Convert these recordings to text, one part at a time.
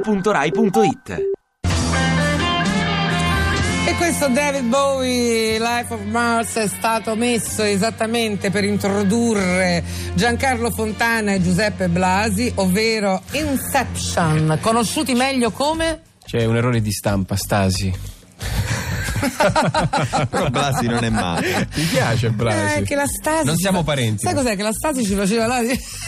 radio2pod.rai.it E questo David Bowie, Life of Mars, è stato messo esattamente per introdurre Giancarlo Fontana e Giuseppe Blasi, ovvero Inception, conosciuti meglio come? C'è un errore di stampa, Stasi. Però Blasi non è male. Mi piace Blasi. Ah. Eh, che la Stasi. Non siamo parenti. Sai cos'è? Che la Stasi ci faceva la.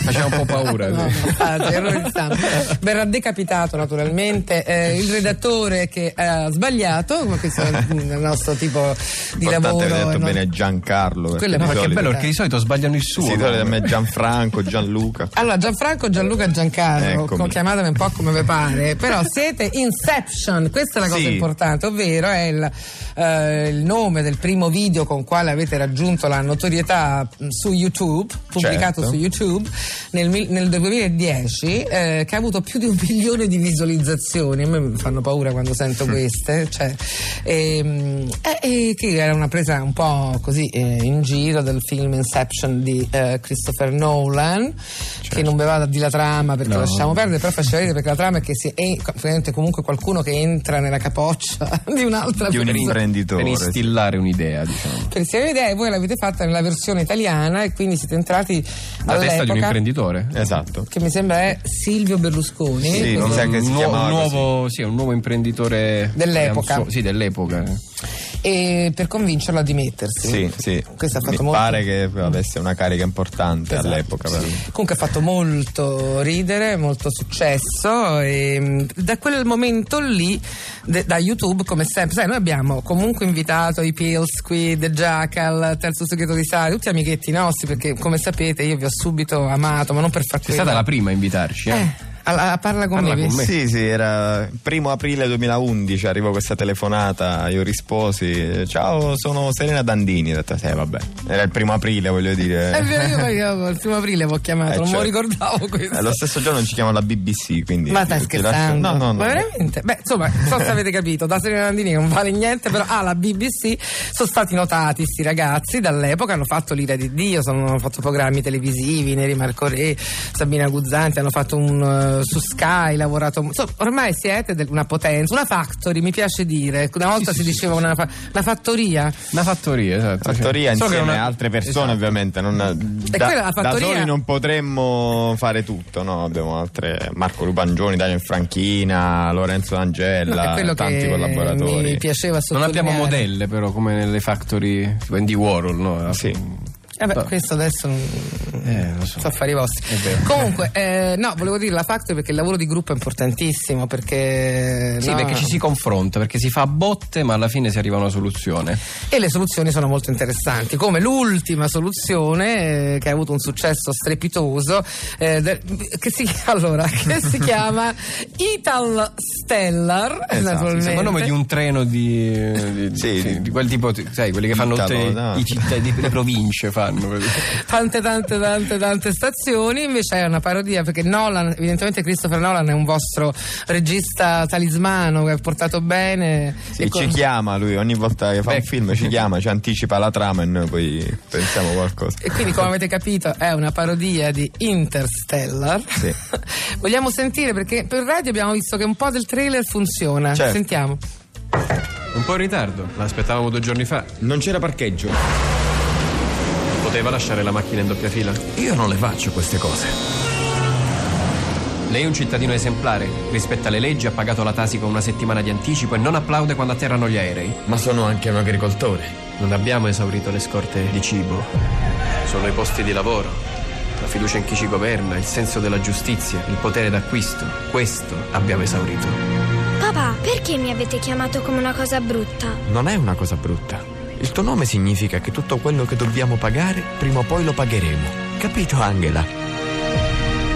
Faceva un po' paura. No, sì. infatti, errore di stampa. Verrà decapitato naturalmente eh, il redattore che ha sbagliato, ma questo è il nostro tipo di Importante che hai lavoro. detto no? bene Giancarlo. Quello è Perché No, di perché perché è solito, bello perché di solito sbagliano il suo. sì, di solito a me è Gianfranco, Gianluca. Allora, Gianfranco, Gianluca e Giancarlo, Eccomi. co- chiamatemi un po' come vi pare, però siete Inception, questa è la cosa Sì. importante, ovvero è il, eh, il nome del primo video con quale avete raggiunto la notorietà mh, su YouTube, pubblicato Certo. su YouTube nel, mil- nel 2010, eh, che ha avuto più di un milione di visualizzazioni, a me mi fanno paura quando Mm. sento queste, cioè, ehm, eh, eh, che era una presa un po' così eh, in giro del film Inception di eh, Christopher Nolan, che non bevava di la trama perché Certo. No. lasciamo perdere, però faceva vedere perché la trama è che si è praticamente comunque qualcuno che entra nella capoccia di un'altra Di un persona. imprenditore. Per sì. instillare un'idea, diciamo. Per se avete idea, voi l'avete fatta nella versione italiana e quindi siete entrati La testa di un all'epoca- imprenditore. Esatto. che mi sembra è Silvio Berlusconi. Sì, Quindi- non mi sa che si un, nuo- chiamava così. nuovo, sì, un nuovo imprenditore Dell'epoca. Anzo- sì, dell'epoca. e per convincerlo a dimettersi. Sì, sì. Questo ha Mi fatto molto. pare che avesse una carica importante Esatto, all'epoca. però. Comunque ha fatto molto ridere, molto successo e mh, da quel momento lì, de- da YouTube come sempre, sai noi abbiamo comunque invitato i Peel Squid, Jackal, Terzo Segreto di Sara, tutti amichetti nostri perché come sapete io vi ho subito amato ma non per far Sei quello. stata la prima a invitarci, eh? Eh, alla- parla con Parla me. con me. Sì, sì, era primo aprile 2011, arrivò questa telefonata, io risposi, ciao, sono Serena Dandini, ho detto, sì, vabbè, era il primo aprile, voglio dire. È vero, io poi io il primo aprile vi ho chiamato, Eh, non me lo certo. ricordavo questo. Eh, Lo stesso giorno ci chiamano la BBC, quindi... Ma stai ti- ti lascio- scherzando? No, no, no. Ma veramente? Beh, insomma, non so se avete capito, da Serena Landini che non vale niente, però ah, alla BBC sono stati notati sti ragazzi dall'epoca, hanno fatto l'ira di Dio, sono, hanno fatto programmi televisivi, Neri Marco Re, Sabina Guzzanti, hanno fatto un eh, su Sky, lavorato... Insomma, ormai siete del- una potenza, una factory, mi piace dire. Una volta si diceva una, fa- una fattoria. Una fattoria, esatto. Fattoria So che insieme una- a altre persone Esatto. ovviamente non, da, quella è la da fattoria. soli non potremmo fare tutto no? abbiamo altre Marco Rubangioni, Daniel Franchina Lorenzo No, è Angella quello tanti che mi collaboratori piaceva Non sottolineare. abbiamo modelle però come nelle factory tipo Andy Warhol, no? Sì. Eh beh, questo adesso non- Eh, lo so. Sono affari vostri. È vero. Comunque, eh, no, volevo dire la factory perché il lavoro di gruppo è importantissimo. Perché, Sì, no, perché ci si confronta, perché si fa a botte, ma alla fine si arriva a una soluzione. E le soluzioni sono molto interessanti. Come l'ultima soluzione eh, che ha avuto un successo strepitoso, eh, de- che, si, allora, che si chiama Ital Stellar. Esatto, naturalmente. Sembra il nome di un treno di, di- Sì, sì, di- di quel tipo, sai, quelli che fanno Italo, tutte no. i cittadini, le province fanno. tante tante tante tante stazioni invece è una parodia perché Nolan evidentemente Christopher Nolan è un vostro regista talismano che ha portato bene Sì, E ci con- chiama lui ogni volta che fa un Beh. film ci chiama ci anticipa la trama e noi poi pensiamo qualcosa e quindi come avete capito è una parodia di Interstellar Sì. vogliamo sentire perché per radio abbiamo visto che un po' del trailer funziona Certo. sentiamo Un po' in ritardo, l'aspettavamo due giorni fa. non c'era parcheggio Poteva lasciare la macchina in doppia fila? Io non le faccio queste cose. Lei è un cittadino esemplare, rispetta le leggi, ha pagato la tasi con una settimana di anticipo e non applaude quando atterrano gli aerei. Ma sono anche un agricoltore. Non abbiamo esaurito le scorte di cibo. Sono i posti di lavoro, la fiducia in chi ci governa, il senso della giustizia, il potere d'acquisto. Questo abbiamo esaurito. Papà, perché mi avete chiamato come una cosa brutta? Non è una cosa brutta. Il tuo nome significa che tutto quello che dobbiamo pagare, prima o poi lo pagheremo. Capito, Angela?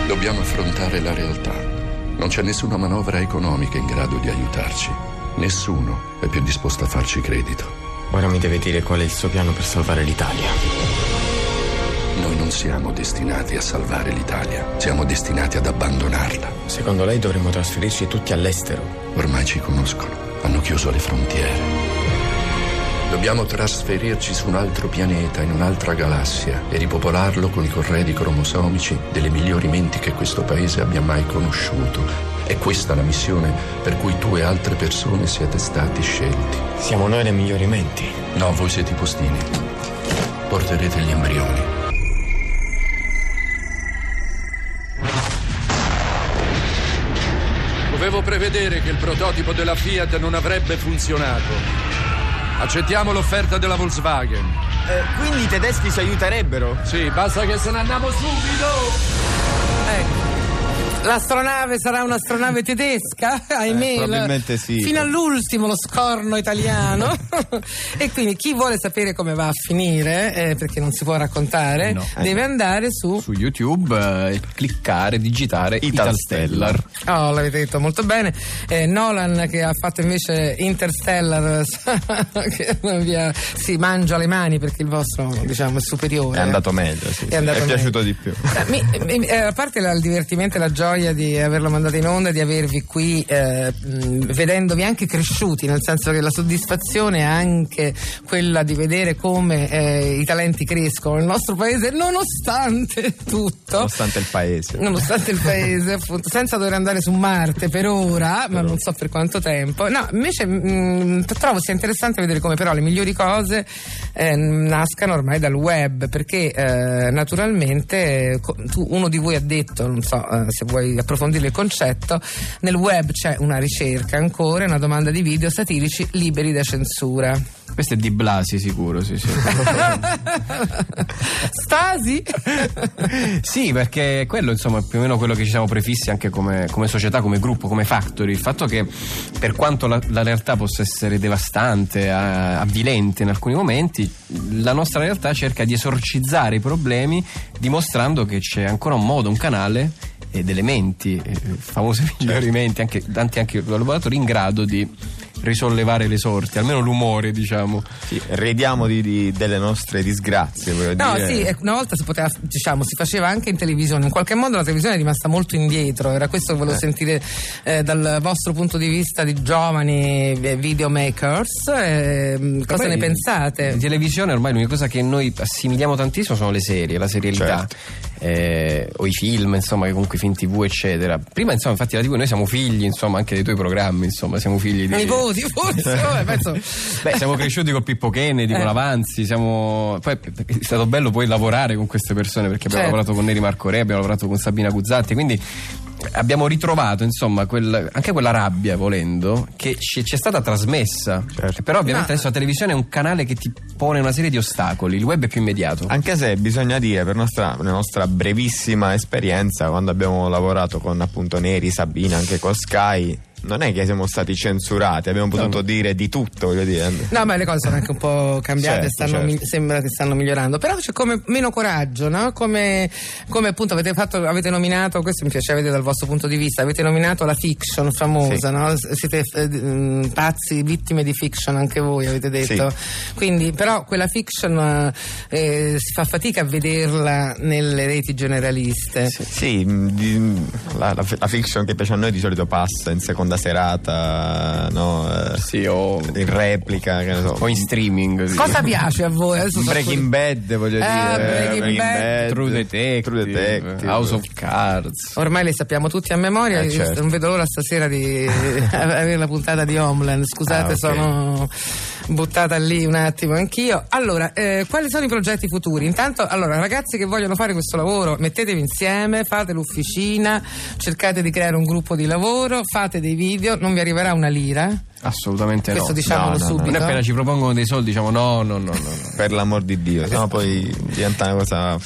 Dobbiamo affrontare la realtà. Non c'è nessuna manovra economica in grado di aiutarci. Nessuno è più disposto a farci credito. Ora mi deve dire qual è il suo piano per salvare l'Italia. Noi non siamo destinati a salvare l'Italia, siamo destinati ad abbandonarla. Secondo lei dovremmo trasferirci tutti all'estero. Ormai ci conoscono, hanno chiuso le frontiere. Dobbiamo trasferirci su un altro pianeta, in un'altra galassia, e ripopolarlo con i corredi cromosomici delle migliori menti che questo paese abbia mai conosciuto. È questa la missione per cui tu e altre persone siete stati scelti. Siamo noi le migliori menti. No, voi siete i postini. Porterete gli embrioni. Dovevo prevedere che il prototipo della Fiat non avrebbe funzionato. Accettiamo l'offerta della Volkswagen. Eh, quindi i tedeschi ci aiuterebbero? Sì, basta che se ne andiamo subito! L'astronave sarà un'astronave tedesca, ahimè. la- Eh, probabilmente sì. Fino all'ultimo lo scorno italiano. e quindi chi vuole sapere come va a finire, eh, perché non si può raccontare, No. Eh. deve andare su. Su YouTube eh, e cliccare, digitare Italstellar. Italstellar. Oh, l'avete detto molto bene. Eh, Nolan che ha fatto invece Interstellar, che non vi ha- si mangia le mani perché il vostro diciamo, è superiore. È andato meglio, sì. sì. È andato è meglio. piaciuto di più. Eh, mi- mi- eh, a parte la- il divertimento e la gioia di averlo mandato in onda, di avervi qui, eh, mh, vedendovi anche cresciuti, nel senso che la soddisfazione è anche quella di vedere come eh, i talenti crescono nel nostro paese, nonostante tutto. Nonostante il paese. Nonostante il paese, appunto, senza dover andare su Marte per ora, ma non so per quanto tempo. No, invece mh, trovo sia interessante vedere come però le migliori cose eh, nascano ormai dal web, perché eh, naturalmente eh, co- tu- uno di voi ha detto, non so eh, se vuoi approfondire il concetto, nel web c'è una ricerca ancora, una domanda di video satirici liberi da censura. Questo è di Blasi sicuro, sì, sì. Stasi? sì, perché quello insomma è più o meno quello che ci siamo prefissi anche come, come società, come gruppo, come factory. Il fatto che per quanto la, la realtà possa essere devastante, a- avvilente in alcuni momenti, la nostra realtà cerca di esorcizzare i problemi dimostrando che c'è ancora un modo, un canale e delle menti, eh, famose migliori menti, anche, tanti anche collaboratori in grado di risollevare le sorti, almeno l'umore diciamo. Sì, rediamo di- di- delle nostre disgrazie, voglio No, dire. sì, eh, una volta si poteva, diciamo, si faceva anche in televisione. In qualche modo la televisione è rimasta molto indietro. Era questo che volevo sentire eh, dal vostro punto di vista di giovani eh, videomakers. ehm, cosa Ormai ne pensate? In televisione ormai l'unica cosa che noi assimiliamo tantissimo sono le serie, la serialità. Certo. eh, o i film, insomma, che comunque i film TV, eccetera. Prima, insomma, infatti, la TV noi siamo figli, insomma, anche dei tuoi programmi, insomma, siamo figli di. Nipoti, forse? vabbè, penso- Beh, siamo cresciuti con Pippo Kennedy, Eh. con Avanzi, siamo... poi è stato bello poi lavorare con queste persone perché abbiamo Certo. lavorato con Neri Marco Re, abbiamo lavorato con Sabina Guzzatti, quindi abbiamo ritrovato insomma quel- anche quella rabbia volendo che ci, ci è stata trasmessa. Però ovviamente Ma- adesso la televisione è un canale che ti pone una serie di ostacoli, il web è più immediato. Anche se bisogna dire, per nostra, la nostra brevissima esperienza, quando abbiamo lavorato con appunto Neri, Sabina, anche con Sky, non è che siamo stati censurati, abbiamo potuto dire di tutto, voglio dire. No, ma le cose sono anche un po' cambiate, Certo, stanno certo. mi- sembra che stanno migliorando, però c'è come meno coraggio, no? come, come appunto avete fatto, avete nominato, questo mi piaceva vedere dal vostro punto di vista, avete nominato la fiction famosa, Sì. no? S- siete eh, d- mh, pazzi, vittime di fiction anche voi avete detto, quindi però quella fiction eh, eh, si fa fatica a vederla nelle reti generaliste. Sì, sì, mh, di- la, la fi- la fiction che piace a noi di solito passa in seconda serata, no? eh, Sì, o, in replica, che ne so. o in streaming. sì. Cosa piace a voi? Adesso sono Breaking Bad, voglio Eh, dire. Breaking Bad. True Detective, True Detective. House of Cards. Ormai le sappiamo tutti a memoria, Eh, io certo. non vedo l'ora stasera di avere la puntata di Homeland. Scusate, Ah, ok. sono buttata lì un attimo anch'io. Allora, eh, quali sono i progetti futuri? Intanto, allora, ragazzi che vogliono fare questo lavoro, mettetevi insieme, fate l'ufficina, cercate di creare un gruppo di lavoro, fate dei video, non vi arriverà una lira. Assolutamente Questo no. diciamolo No, no, no. subito. Noi appena ci propongono dei soldi diciamo no, no, no, no. no. Per l'amor di Dio, sennò poi diventa una cosa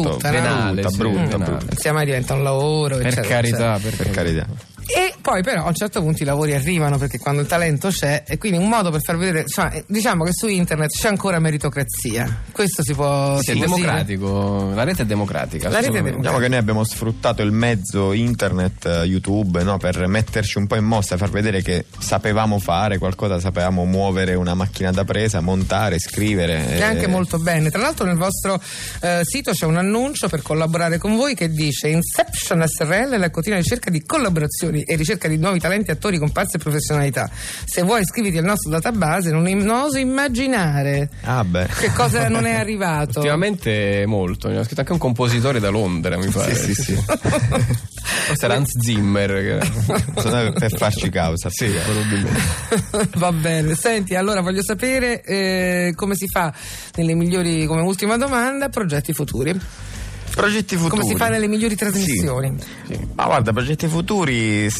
Brutta, no? brutta, Penale, sì, brutta, penale. brutta. Insieme mai diventa un lavoro. Per eccetera, eccetera. carità, per Per carità. carità. E poi però a un certo punto i lavori arrivano perché quando il talento c'è e quindi un modo per far vedere, insomma, eh, diciamo che su internet c'è ancora meritocrazia. Questo si può Sì, è si può dire? democratico, la rete è democratica. La rete è assolutamente. democratica. Diciamo che noi abbiamo sfruttato il mezzo internet, eh, YouTube, no, per metterci un po' in mossa, far vedere che sapevamo fare qualcosa, sapevamo muovere una macchina da presa, montare, scrivere. E eh, anche molto bene. Tra l'altro nel vostro eh, sito c'è un annuncio per collaborare con voi che dice Inception SRL è la continua ricerca di collaborazioni e ricerca ricerca di nuovi talenti, attori, comparse e professionalità. Se vuoi iscriviti al nostro database, non, non oso immaginare Ah, beh. che cosa non è arrivato. Ultimamente molto, ne ha scritto anche un compositore da Londra, mi pare. Sì, sì, sì. Forse era Hans Zimmer. Che... Sono per farci causa. Sì, Va bene, senti, allora voglio sapere eh, come si fa nelle migliori, come ultima domanda, progetti futuri. Progetti futuri. Come si fa nelle migliori Sì. trasmissioni. Ma guarda, progetti futuri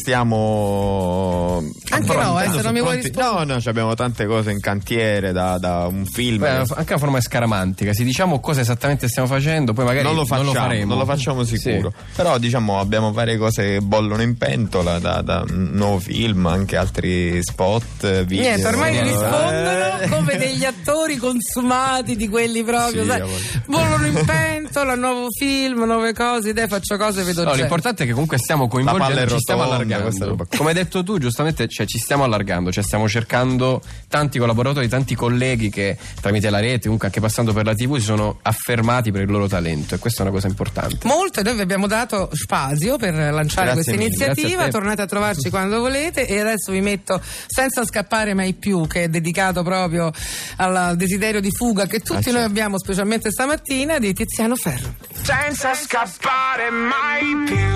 stiamo. Anche no, eh, se affrontando non su mi vuoi fronti- rispondere. No, no, ci abbiamo tante cose in cantiere, da, da un film. Beh, anche una forma scaramantica, se diciamo cosa esattamente stiamo facendo, poi magari non lo facciamo, faremo. non lo facciamo sicuro. Però diciamo abbiamo varie cose che bollono in pentola, da, da un nuovo film, anche altri spot, eh, video. Niente, ormai mi Eh, rispondono come degli attori consumati di quelli proprio, Sì, sai, a volte. volano in pentola, nuovo film, nuove cose, dai faccio cose, vedo No, gente. l'importante è che comunque stiamo palla coinvolgendo, è ci stiamo rotonda, questa allargando. roba qua. Come hai detto tu, giustamente, cioè, ci stiamo allargando, cioè, stiamo cercando tanti collaboratori, tanti colleghi che tramite la rete, comunque anche passando per la TV, si sono affermati per il loro talento e questa è una cosa importante. Molto e noi vi abbiamo dato spazio per lanciare Grazie questa mille, iniziativa, grazie a te. tornate a trovarci quando volete e adesso vi metto Senza scappare mai più che è dedicato proprio al desiderio di fuga che tutti noi abbiamo specialmente stamattina di Tiziano Ferro. senza scappare mai più.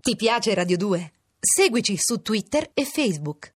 Ti piace Radio 2? Seguici su Twitter e Facebook.